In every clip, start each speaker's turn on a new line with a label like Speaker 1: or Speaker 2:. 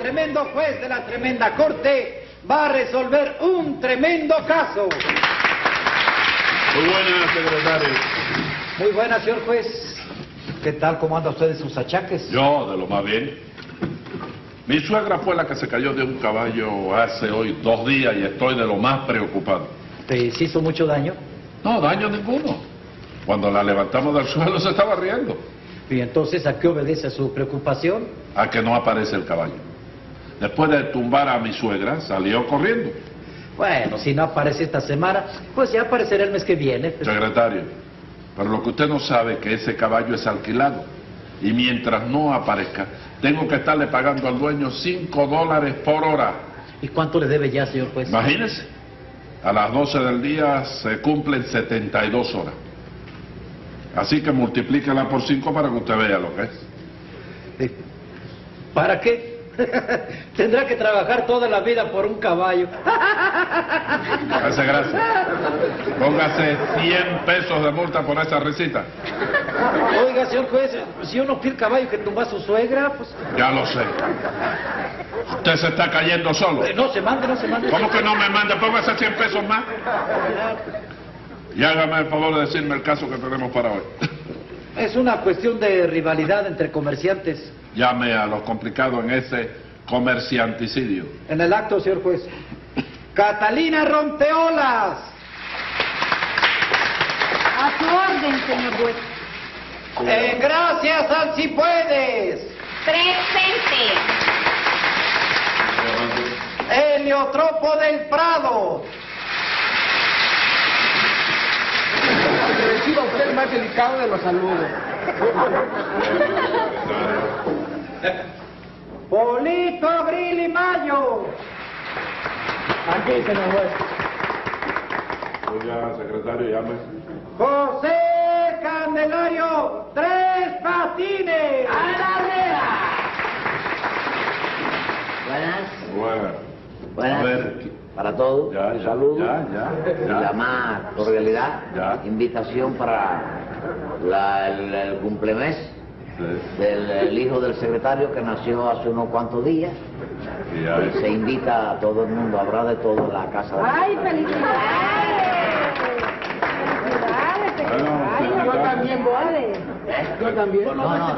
Speaker 1: tremendo juez de la tremenda corte va a resolver un tremendo caso.
Speaker 2: Muy buenas, secretario.
Speaker 1: Muy buenas, señor juez. ¿Qué tal? ¿Cómo anda usted de sus achaques?
Speaker 2: Yo, de lo más bien. Mi suegra fue la que se cayó de un caballo hace hoy dos días y estoy de lo más preocupado.
Speaker 1: ¿Te hizo mucho daño?
Speaker 2: No, daño ninguno. Cuando la levantamos del suelo se estaba riendo.
Speaker 1: ¿Y entonces a qué obedece su preocupación?
Speaker 2: A que no aparece el caballo. Después de tumbar a mi suegra, salió corriendo.
Speaker 1: Bueno, si no aparece esta semana, pues ya aparecerá el mes que viene.
Speaker 2: Secretario, pero lo que usted no sabe es que ese caballo es alquilado. Y mientras no aparezca, tengo que estarle pagando al dueño 5 dólares por hora.
Speaker 1: ¿Y cuánto le debe ya, señor juez?
Speaker 2: Imagínese, a las 12 del día se cumplen 72 horas. Así que multiplícala por 5 para que usted vea lo que es.
Speaker 1: Eh, ¿Para qué? Tendrá que trabajar toda la vida por un caballo.
Speaker 2: Gracias, gracias. Póngase 100 pesos de multa por esa risita.
Speaker 1: Oiga, señor juez, si yo no fui el caballo que tumbó a su suegra, pues...
Speaker 2: Ya lo sé. Usted se está cayendo solo.
Speaker 1: eh, No se mande, no se mande.
Speaker 2: ¿Cómo que no me manda? Póngase 100 pesos más. Y hágame el favor de decirme el caso que tenemos para hoy.
Speaker 1: Es una cuestión de rivalidad entre comerciantes.
Speaker 2: Llame a los complicados en ese comercianticidio.
Speaker 1: En el acto, señor juez. Catalina Rompeolas.
Speaker 3: A su orden, señor juez.
Speaker 1: Eh, gracias al Si Puedes.
Speaker 3: Presente.
Speaker 1: Heliotropo del Prado.
Speaker 4: Reciba usted el más delicado de los saludos.
Speaker 1: Polito Abril y Mayo.
Speaker 4: Aquí, señor juez.
Speaker 2: Oiga, secretario, llame.
Speaker 1: José Candelario Tres Patines.
Speaker 5: Buenas,
Speaker 2: Bueno.
Speaker 5: buenas
Speaker 2: A ver.
Speaker 5: para todos.
Speaker 2: Ya,
Speaker 5: un
Speaker 2: ya,
Speaker 5: saludo.
Speaker 2: ya, ya,
Speaker 5: Y
Speaker 2: ya.
Speaker 5: La más cordialidad.
Speaker 2: Ya.
Speaker 5: Invitación para la- el, el cumplemes
Speaker 2: Sí,
Speaker 5: del el hijo del secretario que nació hace unos cuantos días.
Speaker 2: y ya es.
Speaker 5: Se invita a todo el mundo, habrá de todo en la casa. de-
Speaker 3: ¡Ay, felicidades! ¡Felicidades, secretario!
Speaker 2: Bueno,
Speaker 3: voy.
Speaker 4: Yo también.
Speaker 5: No, no, no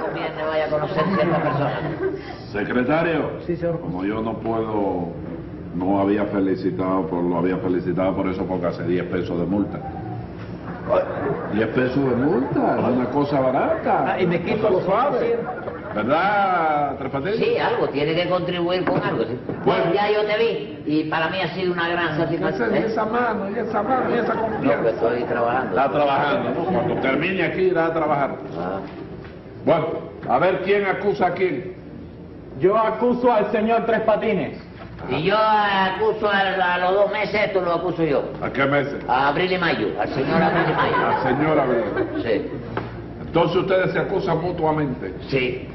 Speaker 5: conviene vaya a conocer cierta persona.
Speaker 2: Secretario.
Speaker 4: Sí, señor.
Speaker 2: Como yo no puedo, no había felicitado, por, lo había felicitado por eso porque hace 10 pesos de multa. 10 pesos de multa, es una cosa barata.
Speaker 1: y me quito los
Speaker 2: ¿Verdad, Tres Patines?
Speaker 5: Sí, algo, tiene que contribuir con algo. ¿sí?
Speaker 2: Bueno.
Speaker 5: ya yo te vi y para mí ha sido una gran
Speaker 2: ¿Qué hace
Speaker 5: satisfacción.
Speaker 2: de
Speaker 5: ¿eh?
Speaker 2: esa mano, y esa mano, y esa
Speaker 5: No, pues. que
Speaker 2: confianza?
Speaker 5: estoy trabajando.
Speaker 2: Está trabajando, ¿no? Cuando termine aquí irá a trabajar.
Speaker 5: Ah,
Speaker 2: Bueno, a ver quién acusa a quién.
Speaker 4: Yo acuso al señor Tres Patines.
Speaker 5: Y yo acuso a, a los dos meses, esto lo acuso yo.
Speaker 2: ¿A qué meses?
Speaker 5: A abril y mayo, al señor abril y
Speaker 2: La
Speaker 5: mayo.
Speaker 2: señora Belén.
Speaker 5: Sí,
Speaker 2: Entonces ustedes se acusan mutuamente.
Speaker 5: sí.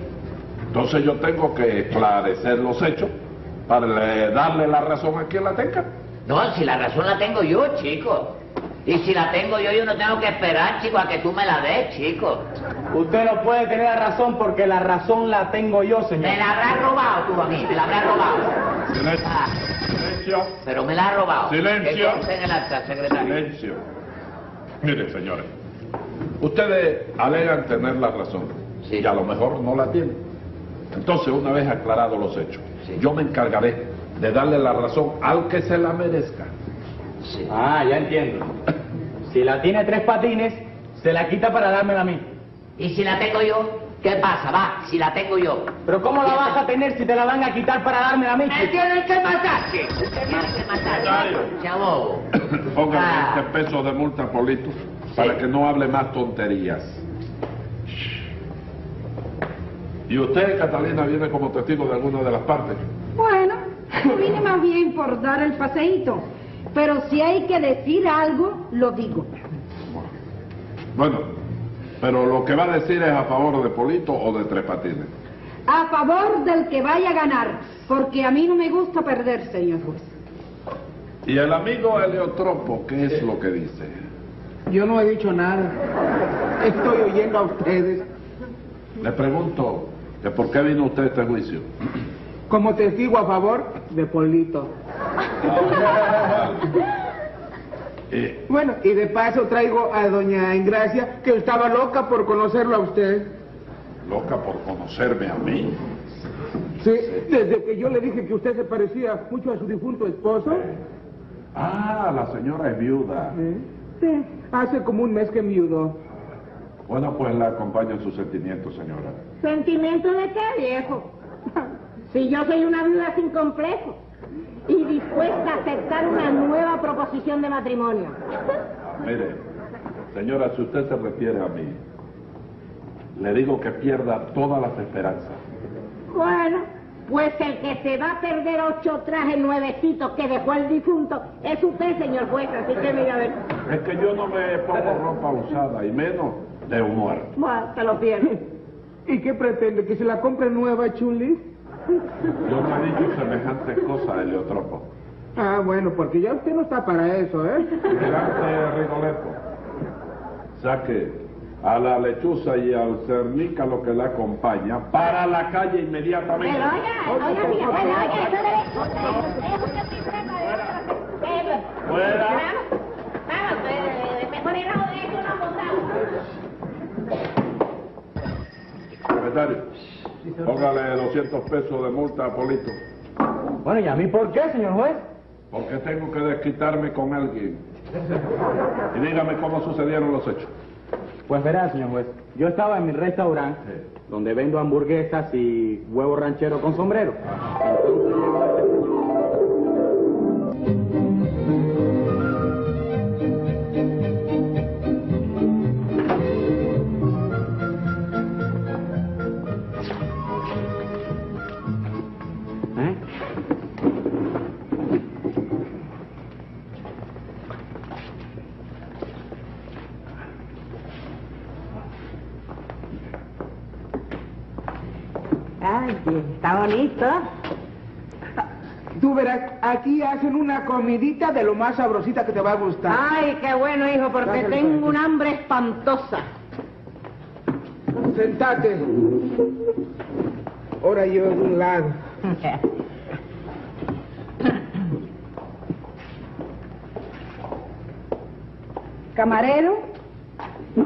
Speaker 2: Entonces yo tengo que esclarecer los hechos para le- darle la razón a quien la tenga.
Speaker 5: No, si la razón la tengo yo, chico. Y si la tengo yo, yo no tengo que esperar, chico, a que tú me la des, chico.
Speaker 4: Usted no puede tener la razón porque la razón la tengo yo,
Speaker 5: Me
Speaker 4: señor.
Speaker 5: la habrás robado tú a mí, me la habrás robado.
Speaker 2: Silencio.
Speaker 5: Ah,
Speaker 2: Silencio.
Speaker 5: pero me la has robado.
Speaker 2: Silencio.
Speaker 5: Que conste en el acta, secretario.
Speaker 2: Silencio. Miren, señores, ustedes alegan tener la razón
Speaker 5: Sí.
Speaker 2: y a lo mejor no la tienen. Entonces, una vez aclarados los hechos,
Speaker 5: Sí.
Speaker 2: yo me encargaré de darle la razón al que se la merezca.
Speaker 5: Sí.
Speaker 4: Ah, ya entiendo. Si la tiene Tres Patines, se la quita para dármela a mí.
Speaker 5: ¿Y si la tengo yo? ¿Qué pasa? Va, si la tengo yo.
Speaker 4: Pero ¿cómo la vas a tener si te la van a quitar para dármela a mí?
Speaker 5: ¡Me tienes que matar, chico! ¡Me tienes que matar, chico! ¡Se abobo!
Speaker 2: Pónganle
Speaker 5: Ah.
Speaker 2: 20 pesos de multa, Polito, para que no hable más tonterías. Y usted, Catalina, viene como testigo de alguna de las partes.
Speaker 6: Bueno, yo vine más bien por dar el paseíto. Pero si hay que decir algo, lo digo.
Speaker 2: Bueno, pero lo que va a decir es a favor de Polito o de Tres Patines.
Speaker 6: A favor del que vaya a ganar, porque a mí no me gusta perder, señor juez.
Speaker 2: Y el amigo Heliotropo, ¿qué es lo que dice?
Speaker 4: Yo no he dicho nada. Estoy oyendo a ustedes.
Speaker 2: Le pregunto, ¿Que ¿Por qué vino usted a este juicio?
Speaker 7: Como testigo a favor de Polito.
Speaker 2: Eh,
Speaker 7: Bueno, y de paso traigo a doña Engracia, que estaba loca por conocerlo a usted.
Speaker 2: loca por conocerme a mí.
Speaker 7: Sí, desde que yo le dije que usted se parecía mucho a su difunto esposo.
Speaker 2: Ah, la señora es viuda.
Speaker 7: ¿eh? Sí, hace como un mes que miudo.
Speaker 2: Bueno, pues la acompaño en sus sentimientos, señora.
Speaker 3: ¿Sentimiento de qué, viejo? Si yo soy una viuda sin complejo y dispuesta a aceptar una nueva proposición de matrimonio.
Speaker 2: Mire, señora, si usted se refiere a mí, le digo que pierda todas las esperanzas.
Speaker 3: Bueno, pues el que se va a perder ocho trajes nuevecitos que dejó el difunto es usted, señor juez, así que mira a ver.
Speaker 2: Es que yo no me pongo ropa usada y menos de un muerto.
Speaker 3: Bueno, te lo pierdes.
Speaker 7: ¿Y qué pretende? ¿Que se la compre nueva, Chuli?
Speaker 2: Yo no he dicho semejantes cosas, Heliotropo.
Speaker 7: Ah, bueno, porque ya usted no está para eso, ¿eh?
Speaker 2: Delante Rigoletto. Saque a la lechuza y al cernica lo que la acompaña para la calle inmediatamente.
Speaker 3: Pero oiga, oiga, mi abuela, oiga, eso debe... Es usted sistema de... Eh,
Speaker 2: Fuera.
Speaker 3: Vamos, vamos, eh, mejor ir a eso, no montamos.
Speaker 2: Secretario, póngale 200 pesos de multa a Polito.
Speaker 4: Bueno, ¿y a mí por qué, señor juez?
Speaker 2: Porque tengo que desquitarme con alguien. Y dígame cómo sucedieron los hechos.
Speaker 4: Pues verá, señor juez, yo estaba en mi restaurante,
Speaker 2: Sí.
Speaker 4: donde vendo hamburguesas y huevo ranchero con sombrero. Entonces llegó este señor- ¿Eh?
Speaker 6: Ay, está bonito.
Speaker 7: Tú verás, aquí hacen una comidita de lo más sabrosita que te va a gustar.
Speaker 6: Ay, qué bueno, hijo, porque
Speaker 7: Gracias,
Speaker 6: tengo
Speaker 7: Lupe.
Speaker 6: un hambre espantosa.
Speaker 7: Sentate. Ahora yo de un lado.
Speaker 6: Camarero,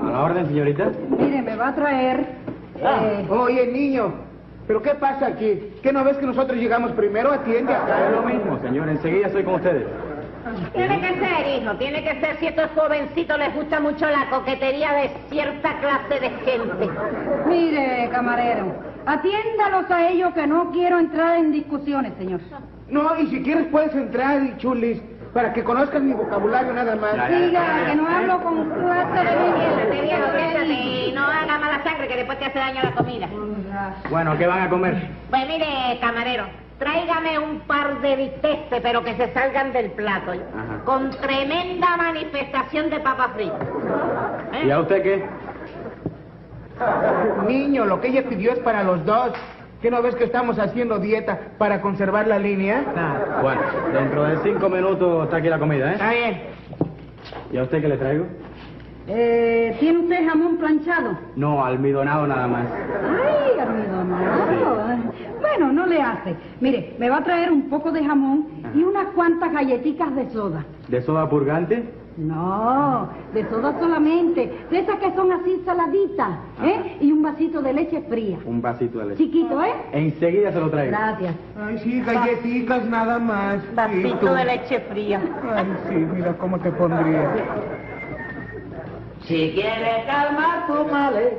Speaker 4: A la orden, señorita.
Speaker 6: mire, me va a traer... eh,
Speaker 7: Oye, niño, ¿pero qué pasa aquí? ¿Qué no ves que nosotros llegamos primero? Atiende acá.
Speaker 4: Es lo mismo, señor, enseguida estoy con ustedes.
Speaker 3: Tiene que ser, hijo, tiene que ser si a estos jovencitos les gusta mucho la coquetería de cierta clase de gente.
Speaker 6: Mire, camarero, atiéndalos a ellos que no quiero entrar en discusiones, señor.
Speaker 7: No, y si quieres puedes entrar, y chulis, para que conozcas mi vocabulario nada más.
Speaker 4: Ya, ya.
Speaker 6: Diga que no hablo con cuatro
Speaker 3: Piénsate, viejo, piénsate
Speaker 6: de
Speaker 3: y no haga mala sangre que después te hace daño la comida.
Speaker 4: Bueno, ¿qué van a comer?
Speaker 3: Pues mire, camarero, tráigame un par de bisteces, pero que se salgan del plato, ¿oí?
Speaker 4: Ajá.
Speaker 3: con tremenda manifestación de papa frita. ¿Eh?
Speaker 4: ¿Y a usted qué?
Speaker 7: Niño, lo que ella pidió es para los dos. ¿Qué no ves que estamos haciendo dieta para conservar la línea?
Speaker 4: Bueno, dentro de cinco minutos está aquí la comida, ¿eh?
Speaker 7: Está bien.
Speaker 4: ¿Y a usted qué le traigo?
Speaker 6: Eh, ¿Tiene usted jamón planchado?
Speaker 4: No, almidonado nada más.
Speaker 6: Ay, amigo, Bueno, no le hace. Mire, me va a traer un poco de jamón y unas cuantas galletitas de soda.
Speaker 4: ¿De soda purgante?
Speaker 6: No, de soda solamente. De esas que son así saladitas, ¿eh? Y un vasito de leche fría.
Speaker 4: Un vasito de leche.
Speaker 6: Chiquito, ¿eh?
Speaker 4: Enseguida se lo traigo.
Speaker 6: Gracias.
Speaker 7: Ay, sí, galletitas nada más.
Speaker 3: Vasito de leche fría.
Speaker 7: Ay, sí, mira cómo te pondría.
Speaker 5: Si quieres calmar tus males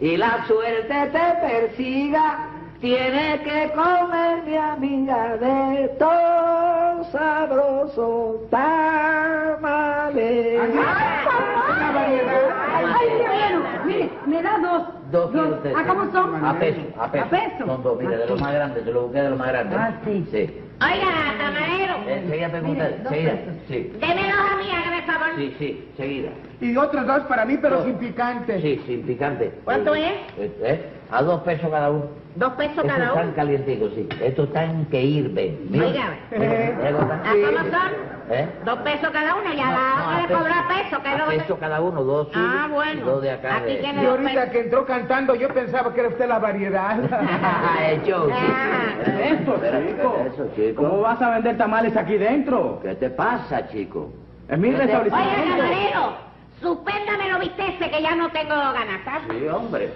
Speaker 5: y la suerte te persiga, tienes que comer, mi amiga, de estos sabrosos tamales.
Speaker 7: Una variedad.
Speaker 6: Ay, qué bueno. Mire, me da dos.
Speaker 5: Dos quiero
Speaker 6: ¿Ah, cómo son?
Speaker 5: A peso, a peso.
Speaker 6: A peso.
Speaker 5: Son dos, mira, de los más grandes, yo lo busqué de los más grandes.
Speaker 6: Ah, sí.
Speaker 5: Sí.
Speaker 3: Oiga, camarero,
Speaker 5: Enseguida pregunta,
Speaker 6: Mire, dos
Speaker 5: seguida.
Speaker 6: pesos.
Speaker 5: Sí,
Speaker 3: démelos a mí, hágame el favor.
Speaker 5: sí, sí, seguida.
Speaker 7: Y otros dos para mí, pero
Speaker 5: Dos.
Speaker 7: sin picante.
Speaker 5: Sí, sin picante.
Speaker 3: ¿Cuánto es?
Speaker 5: Eh, eh, A dos pesos cada uno.
Speaker 3: Dos pesos
Speaker 5: Estos
Speaker 3: cada
Speaker 5: están
Speaker 3: uno.
Speaker 5: calienticos, sí. Estos están que hirven. Mira.
Speaker 3: Oiga.
Speaker 5: Mira, mira cómo
Speaker 3: ¿A
Speaker 5: están.
Speaker 3: Ah, cómo son?
Speaker 5: ¿Eh?
Speaker 3: Dos pesos cada uno y a la
Speaker 5: No, no,
Speaker 3: hora puede cobrar Ah, peso, que es lo
Speaker 5: A
Speaker 3: que-
Speaker 5: peso cada uno, dos suyos
Speaker 3: Ah, bueno.
Speaker 5: y dos de acá.
Speaker 3: Aquí
Speaker 5: de-
Speaker 3: tiene-
Speaker 7: Y ahorita que entró cantando, yo pensaba que era usted la variedad.
Speaker 5: El show.
Speaker 3: Ah.
Speaker 4: Eso, chico.
Speaker 5: Eso, chico.
Speaker 4: ¿Cómo vas a vender tamales aquí dentro?
Speaker 5: ¿Qué te pasa, chico?
Speaker 4: Es mi
Speaker 5: ¿Qué te-
Speaker 4: restaurante.
Speaker 3: Oiga, camarero, suspéndame los bisteces que ya no tengo ganas, ¿sabes?
Speaker 5: Sí, hombre.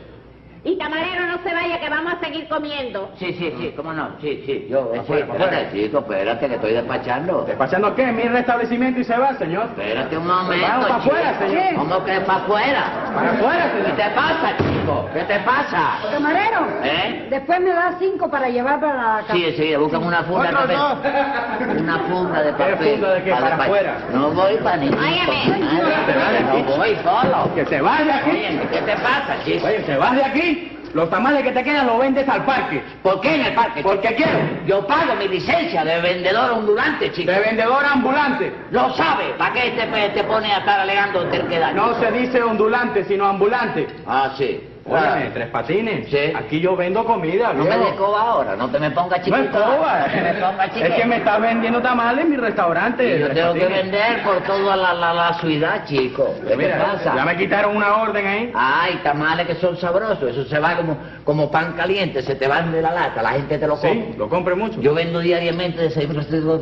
Speaker 3: Y camarero, no se vaya que vamos a seguir comiendo.
Speaker 5: Sí, sí, sí, cómo no, sí, sí. Yo, sí,
Speaker 4: Afuera,
Speaker 5: espérate,
Speaker 4: afuera.
Speaker 5: chico, espérate que estoy despachando.
Speaker 4: ¿Pasando qué? Mi restablecimiento y se va, señor.
Speaker 5: Espérate un momento.
Speaker 4: Vamos para
Speaker 5: chico.
Speaker 4: afuera, señor.
Speaker 5: ¿Cómo que para afuera?
Speaker 4: Para afuera,
Speaker 5: ¿Qué
Speaker 4: señor.
Speaker 5: te pasa, chico? ¿Qué te pasa?
Speaker 6: Camarero,
Speaker 5: ¿Eh?
Speaker 6: después me da cinco para llevar para la casa.
Speaker 5: Sí, sí, buscan una funda de
Speaker 7: Otros dos.
Speaker 5: papel. Una funda de papel.
Speaker 4: funda de qué?
Speaker 5: Pa-
Speaker 4: ¿Para
Speaker 5: pa-
Speaker 4: afuera?
Speaker 5: No voy para ningún
Speaker 3: Óyeme.
Speaker 5: Óyeme. No voy solo.
Speaker 4: Que se vaya aquí.
Speaker 5: Oye, ¿qué te pasa, chico?
Speaker 4: Oye, se vas de aquí. Los tamales que te quedan los vendes al parque.
Speaker 5: ¿Por qué en el parque?
Speaker 4: Porque quiero.
Speaker 5: Yo pago mi licencia de vendedor ondulante, chico.
Speaker 4: De vendedor ambulante.
Speaker 5: Lo sabe. ¿Para qué te, pe- te pone a estar alegando terquedad?
Speaker 4: No se dice ondulante, sino ambulante.
Speaker 5: Ah, sí.
Speaker 4: Óyeme,
Speaker 5: Claro.
Speaker 4: tres patines.
Speaker 5: Sí.
Speaker 4: Aquí yo vendo comida,
Speaker 5: No me
Speaker 4: viejo.
Speaker 5: des coba ahora, no te me pongas
Speaker 4: No
Speaker 5: chiquito.
Speaker 4: es coba.
Speaker 5: No te me pongas chiquito.
Speaker 4: Es que me está vendiendo tamales en mi restaurante.
Speaker 5: Y Yo
Speaker 4: Tres
Speaker 5: tengo que
Speaker 4: Patines.
Speaker 5: vender por toda la, la, la ciudad, chico. ¿Qué me
Speaker 4: Mira,
Speaker 5: pasa?
Speaker 4: Ya me quitaron una orden ahí.
Speaker 5: Ay, tamales que son sabrosos, eso se va como, como pan caliente, se te van de la lata, la gente te lo
Speaker 4: Sí,
Speaker 5: come.
Speaker 4: lo compré mucho.
Speaker 5: Yo vendo diariamente de 6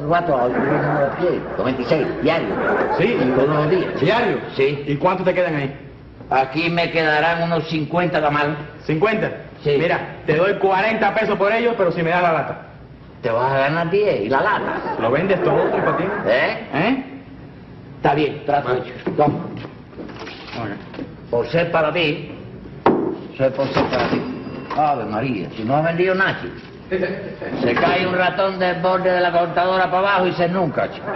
Speaker 5: cuatro a 26, diario.
Speaker 4: Sí.
Speaker 5: Todos los días.
Speaker 4: ¿Diario?
Speaker 5: Sí.
Speaker 4: ¿Y cuántos te quedan ahí?
Speaker 5: Aquí me quedarán unos 50 tamales.
Speaker 4: ¿50?
Speaker 5: Sí.
Speaker 4: Mira, te doy 40 pesos por ellos, pero si me das la lata.
Speaker 5: Te vas a ganar 10 y la lata.
Speaker 4: ¿Lo vendes todo, Tres Patines?
Speaker 5: ¿Eh?
Speaker 4: ¿Eh?
Speaker 5: Está bien, trato hecho. Toma. Por ser para ti, soy por ser para ti. Ave María, si no ha vendido nada, chico. Se cae un ratón del borde de la contadora para abajo y se nunca, chico.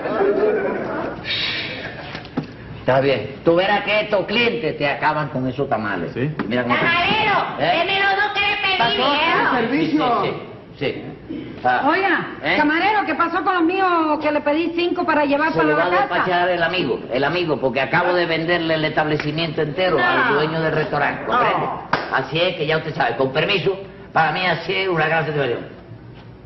Speaker 5: Está bien. Tú verás que estos clientes te acaban con esos tamales.
Speaker 4: Sí.
Speaker 5: Y Mira cómo te-
Speaker 3: Camarero,
Speaker 5: ¿Eh?
Speaker 3: deme los dos que le pedí, ¿eh?
Speaker 5: Pasó,
Speaker 3: viejo.
Speaker 7: servicio.
Speaker 5: Sí, sí. sí. Ah,
Speaker 6: Oiga,
Speaker 5: ¿eh?
Speaker 6: camarero, ¿qué pasó con los míos que le pedí cinco para llevar
Speaker 5: Se le
Speaker 6: para
Speaker 5: va a
Speaker 6: la casa?
Speaker 5: despachar el amigo, el amigo, porque acabo de venderle el establecimiento entero al dueño del restaurante, ¿comprende? Así es que ya usted sabe, con permiso, para mí así es una gran situación.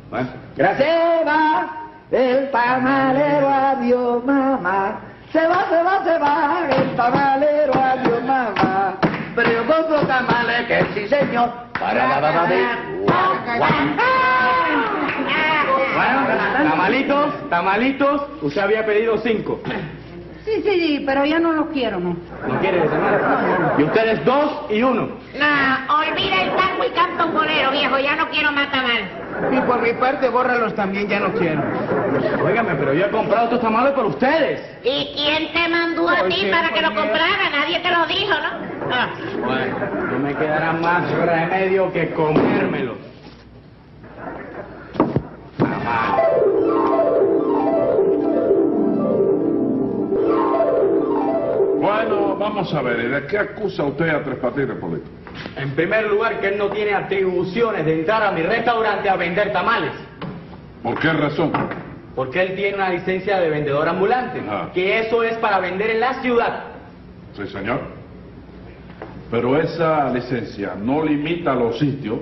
Speaker 4: Bueno.
Speaker 5: Gracias. va el tamalero, adiós mamá. Se va, se va, se va el tamalero, adiós mamá. Pero yo compro tamales que sí, señor. Para la mamá de... Guau, guau.
Speaker 6: ¡Ah!
Speaker 3: Ah,
Speaker 4: Bueno, tamalitos, tamalitos. Usted había pedido cinco.
Speaker 6: Sí, sí, sí, pero yo no los quiero, ¿no?
Speaker 4: ¿No quiere que se mande? Y ustedes dos y uno.
Speaker 3: No, olvida el taco y canto bolero, viejo, ya no quiero más tamales.
Speaker 7: Y por mi parte, bórralos también, ya no quiero.
Speaker 4: Óigame, pero yo he comprado estos tamales por ustedes.
Speaker 3: ¿Y quién te mandó a
Speaker 7: Ay,
Speaker 3: ti
Speaker 7: sí,
Speaker 3: para que lo
Speaker 7: coño.
Speaker 3: comprara? Nadie te lo dijo, ¿no? Ah.
Speaker 4: Bueno, no me quedará más remedio que comérmelos.
Speaker 2: Bueno, vamos a ver, ¿y ¿de qué acusa usted a Tres Patines, Polito?
Speaker 4: En primer lugar, que él no tiene atribuciones de entrar a mi restaurante a vender tamales.
Speaker 2: ¿Por qué razón?
Speaker 4: Porque él tiene una licencia de vendedor ambulante.
Speaker 2: Ah.
Speaker 4: Que eso es para vender en la ciudad.
Speaker 2: Sí, señor. Pero esa licencia no limita los sitios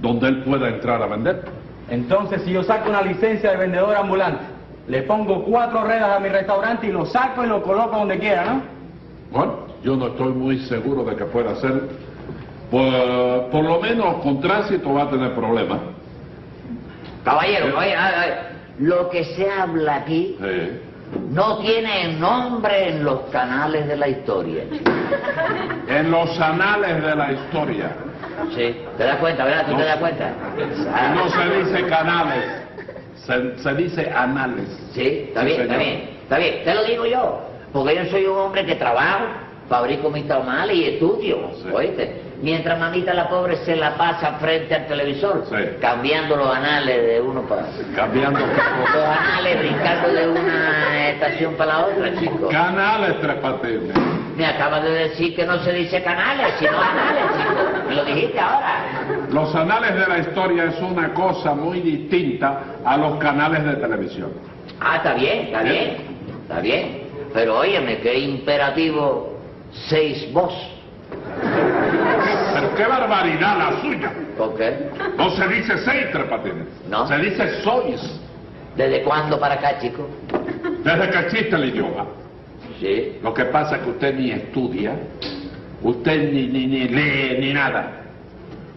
Speaker 2: donde él pueda entrar a vender.
Speaker 4: Entonces, si yo saco una licencia de vendedor ambulante, le pongo cuatro redas a mi restaurante y lo saco y lo coloco donde quiera, ¿no?
Speaker 2: Bueno, yo no estoy muy seguro de que pueda hacerlo. Por, por lo menos con tránsito va a tener problemas.
Speaker 5: Caballero, caballero, ay, ay, lo que se habla aquí
Speaker 2: Sí.
Speaker 5: no tiene nombre en los canales de la historia.
Speaker 2: En los anales de la historia.
Speaker 5: Sí, te das cuenta, ¿verdad? ¿Tú
Speaker 2: No.
Speaker 5: te das cuenta? Ah,
Speaker 2: No se dice canales, se, se dice anales.
Speaker 5: Sí, está
Speaker 2: Sí,
Speaker 5: bien,
Speaker 2: señor.
Speaker 5: está bien, está bien, te lo digo yo, porque yo soy un hombre que trabajo, fabrico mis tamales y estudio,
Speaker 2: Sí.
Speaker 5: ¿oíste? Mientras mamita la pobre se la pasa frente al televisor,
Speaker 2: Sí.
Speaker 5: cambiando los anales de uno para otro.
Speaker 2: Cambiando
Speaker 5: Los anales brincando de una estación para la otra, chicos.
Speaker 2: canales tres patines.
Speaker 5: Me acabas de decir que no se dice canales, sino anales, chicos. Me lo dijiste ahora.
Speaker 2: Los anales de la historia es una cosa muy distinta a los canales de televisión.
Speaker 5: Ah, está bien, está bien, está bien. Pero óyeme, qué imperativo seis vos.
Speaker 2: Pero qué barbaridad la suya.
Speaker 5: ¿Por qué?
Speaker 2: No se dice seis tres patines.
Speaker 5: No.
Speaker 2: Se dice sois.
Speaker 5: ¿Desde cuándo para acá, chico?
Speaker 2: Desde que existe el idioma. Sí. Lo que pasa es que usted ni estudia, usted ni, ni, ni lee, ni nada.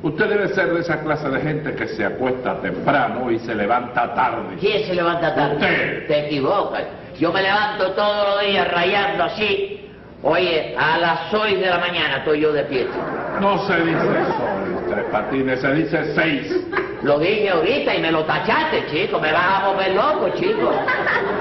Speaker 2: Usted debe ser de esa clase de gente que se acuesta temprano y se levanta tarde.
Speaker 5: ¿Quién se levanta tarde?
Speaker 2: Usted.
Speaker 5: Te equivocas. Yo me levanto todos los días rayando así. Oye, a las 6 de la mañana estoy yo de pie.
Speaker 2: No se dice sol, tres patines, se dice seis.
Speaker 5: Lo dije ahorita y me lo tachaste, chico. Me vas a volver loco, chico.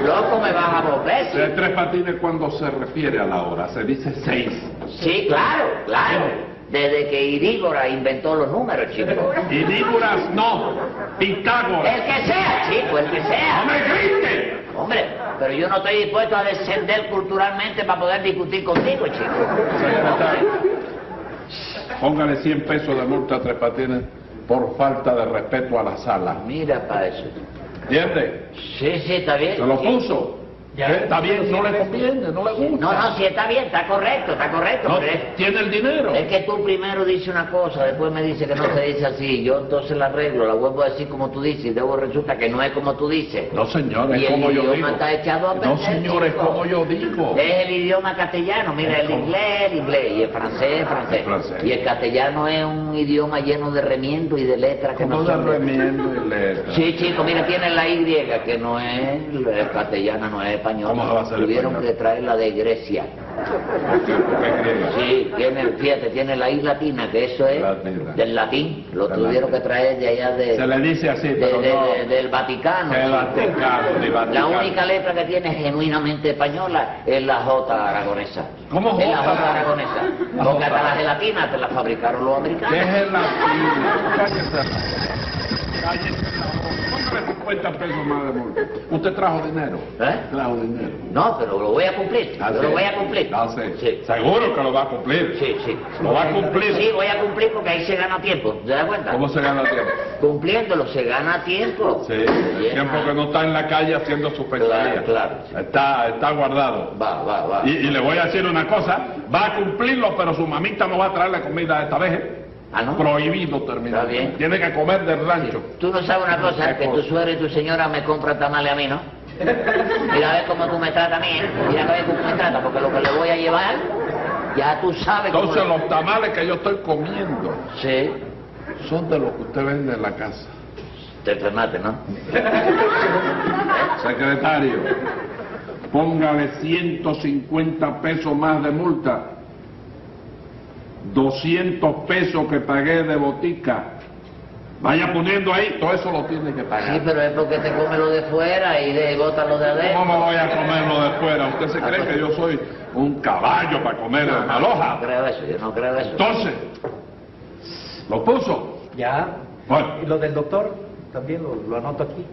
Speaker 5: Loco me vas a volver.
Speaker 2: De
Speaker 5: sí.
Speaker 2: tres patines cuando se refiere a la hora, se dice seis.
Speaker 5: Sí, claro, claro. Desde que Irígora inventó los números, chico.
Speaker 2: Y Nígoras no, Pitágoras.
Speaker 5: El que sea, chico, pues el que sea.
Speaker 2: ¡No me griten!
Speaker 5: Hombre, pero yo no estoy dispuesto a descender culturalmente para poder discutir contigo, chico.
Speaker 2: Secretario, póngale 100 pesos de multa a Tres Patines por falta de respeto a la sala.
Speaker 5: Mira para eso.
Speaker 2: ¿Entiende?
Speaker 5: Sí, sí, está bien.
Speaker 2: Se lo
Speaker 5: Sí.
Speaker 2: puso.
Speaker 4: Ya.
Speaker 2: ¿Eh? Está bien, no le conviene, no le
Speaker 5: No,
Speaker 2: gusta.
Speaker 5: no, sí, está bien, está correcto, está correcto.
Speaker 2: No
Speaker 5: pero es-
Speaker 2: tiene el dinero.
Speaker 5: Es que tú primero dices una cosa, después me dices que no se dice así. Yo entonces la arreglo, la vuelvo a decir como tú dices, y luego resulta que no es como tú dices.
Speaker 2: No, señor,
Speaker 5: Y
Speaker 2: es
Speaker 5: el
Speaker 2: como yo
Speaker 5: idioma
Speaker 2: digo.
Speaker 5: está echado a
Speaker 2: No,
Speaker 5: perder,
Speaker 2: señor, es
Speaker 5: chico. ¿Eh?
Speaker 2: como yo digo.
Speaker 5: Es el idioma castellano, mira, el
Speaker 2: ¿Cómo?
Speaker 5: inglés el inglés, y el francés el francés.
Speaker 2: El francés.
Speaker 5: Y el castellano es un idioma lleno de remiendo y de letras que
Speaker 2: Como
Speaker 5: no
Speaker 2: de
Speaker 5: son de-
Speaker 2: remiendo y letra.
Speaker 5: Sí, chico, mira, tiene la Y, que no es eh, castellana, no es española.
Speaker 2: ¿Cómo va a ser
Speaker 5: Tuvieron
Speaker 2: español?
Speaker 5: que traer la de Grecia.
Speaker 2: ¿Por qué? ¿Por qué griega?
Speaker 5: Sí, tiene, fíjate, tiene la I latina, que eso es
Speaker 2: Latina.
Speaker 5: del latín. Lo
Speaker 2: Del latín.
Speaker 5: tuvieron que traer de allá de,
Speaker 2: Se le dice así,
Speaker 5: de-
Speaker 2: pero
Speaker 5: de-
Speaker 2: no.
Speaker 5: de- del Vaticano.
Speaker 2: El
Speaker 5: sí.
Speaker 2: Vaticano, el
Speaker 5: La
Speaker 2: Vaticano.
Speaker 5: única letra que tiene genuinamente española es la J aragonesa.
Speaker 2: ¿Cómo
Speaker 5: Es la
Speaker 2: J?
Speaker 5: J aragonesa.
Speaker 2: La
Speaker 5: Porque
Speaker 2: J.
Speaker 5: hasta la gelatina te la fabricaron los americanos.
Speaker 2: Dejen la fila. Cállese. Cállese la boca. Póngale 50 pesos más de multa. Usted trajo dinero.
Speaker 5: ¿Eh?
Speaker 2: Trajo dinero.
Speaker 5: No, pero lo voy a cumplir.
Speaker 2: Ah,
Speaker 5: Yo
Speaker 2: sí.
Speaker 5: lo voy a cumplir.
Speaker 2: Ah, sí.
Speaker 5: Sí.
Speaker 2: Seguro que lo va a cumplir.
Speaker 5: Sí, sí.
Speaker 2: Lo va a cumplir.
Speaker 5: Sí, voy a cumplir porque ahí se gana tiempo. ¿Te das cuenta?
Speaker 2: ¿Cómo se gana tiempo?
Speaker 5: Cumpliéndolo se gana tiempo.
Speaker 2: Sí.
Speaker 5: Bien.
Speaker 2: Tiempo que no está en la calle haciendo su pesquería.
Speaker 5: Claro, claro.
Speaker 2: Está, está guardado.
Speaker 5: Va, va, va.
Speaker 2: Y, y le voy a decir una cosa, va a cumplirlo, pero su mamita no va a traerle comida esta vez. ¿eh?
Speaker 5: Ah, ¿no?
Speaker 2: Prohibido terminar.
Speaker 5: Está bien.
Speaker 2: Tiene que comer del rancho.
Speaker 5: Tú no sabes una cosa,
Speaker 2: Qué
Speaker 5: que tu
Speaker 2: cosa.
Speaker 5: suegro y tu señora me compran tamales a mí, ¿no? Mira a ver cómo tú me tratas a mí, ¿eh? Mira a ver cómo me tratas, porque lo que le voy a llevar, ya tú sabes cómo...
Speaker 2: Entonces los tamales que yo estoy comiendo
Speaker 5: Sí,
Speaker 2: son de los que usted vende en la casa.
Speaker 5: te enfermaste, ¿no?
Speaker 2: Secretario, póngale 150 pesos más de multa. 200 pesos que pagué de botica. Vaya poniendo ahí, todo eso lo tiene que
Speaker 5: Sí,
Speaker 2: pagar.
Speaker 5: pero es porque te come lo de fuera y, de, y bota lo de adentro.
Speaker 2: ¿Cómo me voy a comerlo de fuera? ¿Usted se cree que yo soy un caballo para comer
Speaker 5: No,
Speaker 2: en
Speaker 5: no,
Speaker 2: la
Speaker 5: No
Speaker 2: loja?
Speaker 5: creo eso, yo no creo eso.
Speaker 2: Entonces, ¿lo puso?
Speaker 1: Ya.
Speaker 2: Bueno.
Speaker 1: Y lo del doctor también lo, lo anoto aquí.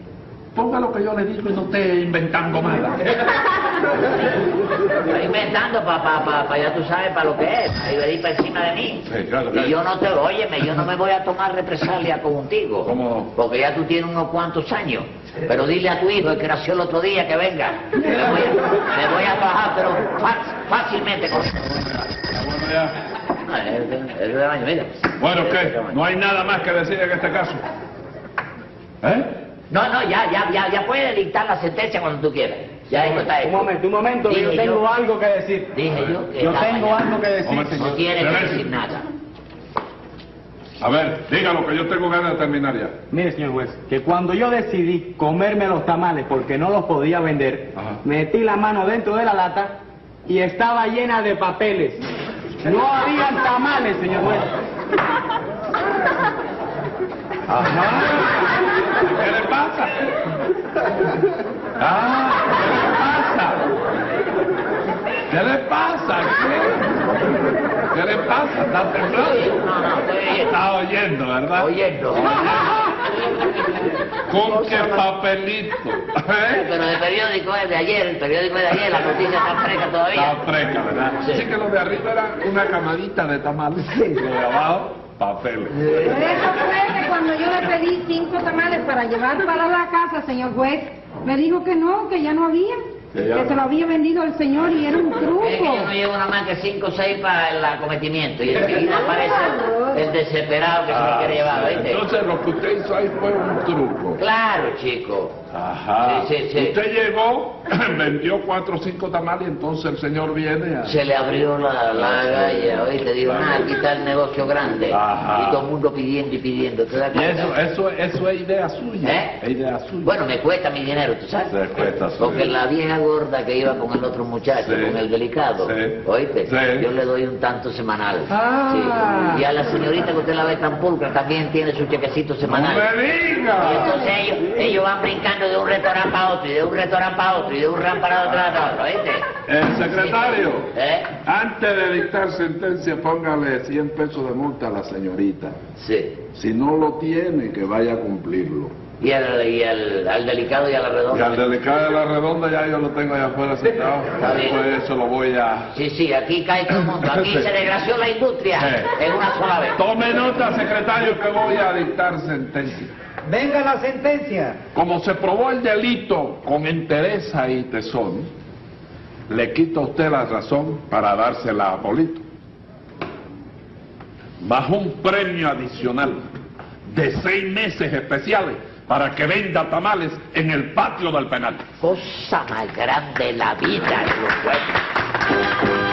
Speaker 2: Ponga lo que yo le digo y no esté inventando nada.
Speaker 5: Está inventando para, pa, pa, pa- ya tú sabes, para lo que es, y venir para encima de mí.
Speaker 2: Sí, claro, claro.
Speaker 5: Y yo no te, óyeme, yo no me voy a tomar represalia contigo.
Speaker 2: ¿Cómo no?
Speaker 5: Porque ya tú tienes unos cuantos años. Pero dile a tu hijo, el que nació el otro día, que venga. Me voy a, me voy a bajar, pero fa- fácilmente. Con...
Speaker 2: Ah, bueno, ya.
Speaker 5: El, el rebaño, mira.
Speaker 2: Bueno,
Speaker 5: El
Speaker 2: ¿qué?
Speaker 5: rebaño.
Speaker 2: No hay nada más que decir en este caso. ¿Eh?
Speaker 5: No, no, ya, ya, ya, ya puedes dictar la sentencia cuando tú quieras. Ya esto está
Speaker 7: Un
Speaker 5: hecho.
Speaker 7: momento, un momento, que yo
Speaker 5: Dije
Speaker 7: tengo
Speaker 5: yo-
Speaker 7: algo que decir.
Speaker 5: Dije yo que
Speaker 7: Yo
Speaker 5: estaba
Speaker 7: tengo
Speaker 5: ya.
Speaker 7: algo que
Speaker 2: Hombre,
Speaker 7: decir,
Speaker 2: señor.
Speaker 5: No tienes que
Speaker 2: Silencio.
Speaker 5: decir nada.
Speaker 2: A ver, dígalo que yo tengo ganas de terminar ya.
Speaker 4: Mire, señor juez, que cuando yo decidí comerme los tamales porque no los podía vender,
Speaker 2: Ajá.
Speaker 4: metí la mano dentro de la lata y estaba llena de papeles. No habían tamales, señor juez.
Speaker 2: ¿Qué le pasa? Ah, ¿qué le pasa? ¿Qué le pasa? ¿Qué, ¿Qué le pasa? Está temblando.
Speaker 5: No, no, estoy oyendo.
Speaker 2: Está oyendo, ¿verdad?
Speaker 5: Oyendo.
Speaker 2: ¿Con qué papelito? ¿Eh?
Speaker 5: Pero el periódico es de ayer, el periódico es de ayer, la noticia está fresca
Speaker 2: Está
Speaker 5: todavía.
Speaker 2: fresca, ¿verdad?
Speaker 5: Sí.
Speaker 2: Así que lo de arriba era una camadita de tamales y lo de abajo, papeles.
Speaker 6: Por eso fue que cuando yo le pedí cinco tamales para llevar para la casa, señor juez, me dijo que no, que ya no había,
Speaker 2: Que ya
Speaker 6: que
Speaker 2: no.
Speaker 6: se lo había vendido el señor y era un truco.
Speaker 5: Es Eh, que yo no llevo nada más que 5 o 6 para el acometimiento y enseguida aparece el
Speaker 2: Ah,
Speaker 5: desesperado que se lo quiere llevar, ¿viste?
Speaker 2: Entonces lo que usted hizo ahí fue un truco.
Speaker 5: Claro, chico.
Speaker 2: Ajá.
Speaker 5: Sí, sí, sí.
Speaker 2: Usted llegó, vendió cuatro o cinco tamales, entonces el señor viene a...
Speaker 5: Se le abrió la, la galla, oye, te digo,
Speaker 2: Claro.
Speaker 5: nada, aquí está el negocio grande.
Speaker 2: Ajá.
Speaker 5: Y todo el mundo pidiendo y pidiendo, ¿te das
Speaker 2: Y
Speaker 5: cuenta?
Speaker 2: eso, eso, eso es idea suya.
Speaker 5: ¿Eh?
Speaker 2: Es idea suya.
Speaker 5: Bueno, me cuesta mi dinero, ¿tú sabes?
Speaker 2: Se cuesta suya.
Speaker 5: Porque la vieja gorda que iba con el otro muchacho,
Speaker 2: Sí.
Speaker 5: con el delicado,
Speaker 2: Sí.
Speaker 5: oíste,
Speaker 2: Sí.
Speaker 5: yo le doy un tanto semanal.
Speaker 2: Ah.
Speaker 5: Sí. Y a la señorita que usted la ve tan pulcra también tiene su chequecito
Speaker 2: ¡No
Speaker 5: semanal.
Speaker 2: me
Speaker 5: Y entonces
Speaker 2: diga!
Speaker 5: ellos, ellos van brincando de un restaurante para otro, y de un restaurante para otro, y de un restaurante para otro, para otro, ¿oíste?
Speaker 2: El secretario,
Speaker 5: ¿Eh?
Speaker 2: antes de dictar sentencia, póngale 100 pesos de multa a la señorita.
Speaker 5: Sí.
Speaker 2: Si no lo tiene, que vaya a cumplirlo.
Speaker 5: Y, al, y al, al delicado y a la
Speaker 2: Y al
Speaker 5: redonda.
Speaker 2: delicado de la redonda ya yo lo tengo allá afuera sentado.
Speaker 5: Está bien.
Speaker 2: Después eso lo voy a...
Speaker 5: Sí, sí, aquí cae todo el mundo. Aquí
Speaker 2: Sí.
Speaker 5: se desgració la industria
Speaker 2: Sí.
Speaker 5: en una sola vez.
Speaker 2: Tome nota, secretario, que voy a dictar sentencia.
Speaker 1: Venga la sentencia.
Speaker 2: Como se probó el delito con entereza y tesón, le quito a usted la razón para dársela a Polito. Bajo un premio adicional de seis meses especiales para que venda tamales en el patio del penal.
Speaker 5: Cosa más grande la vida, los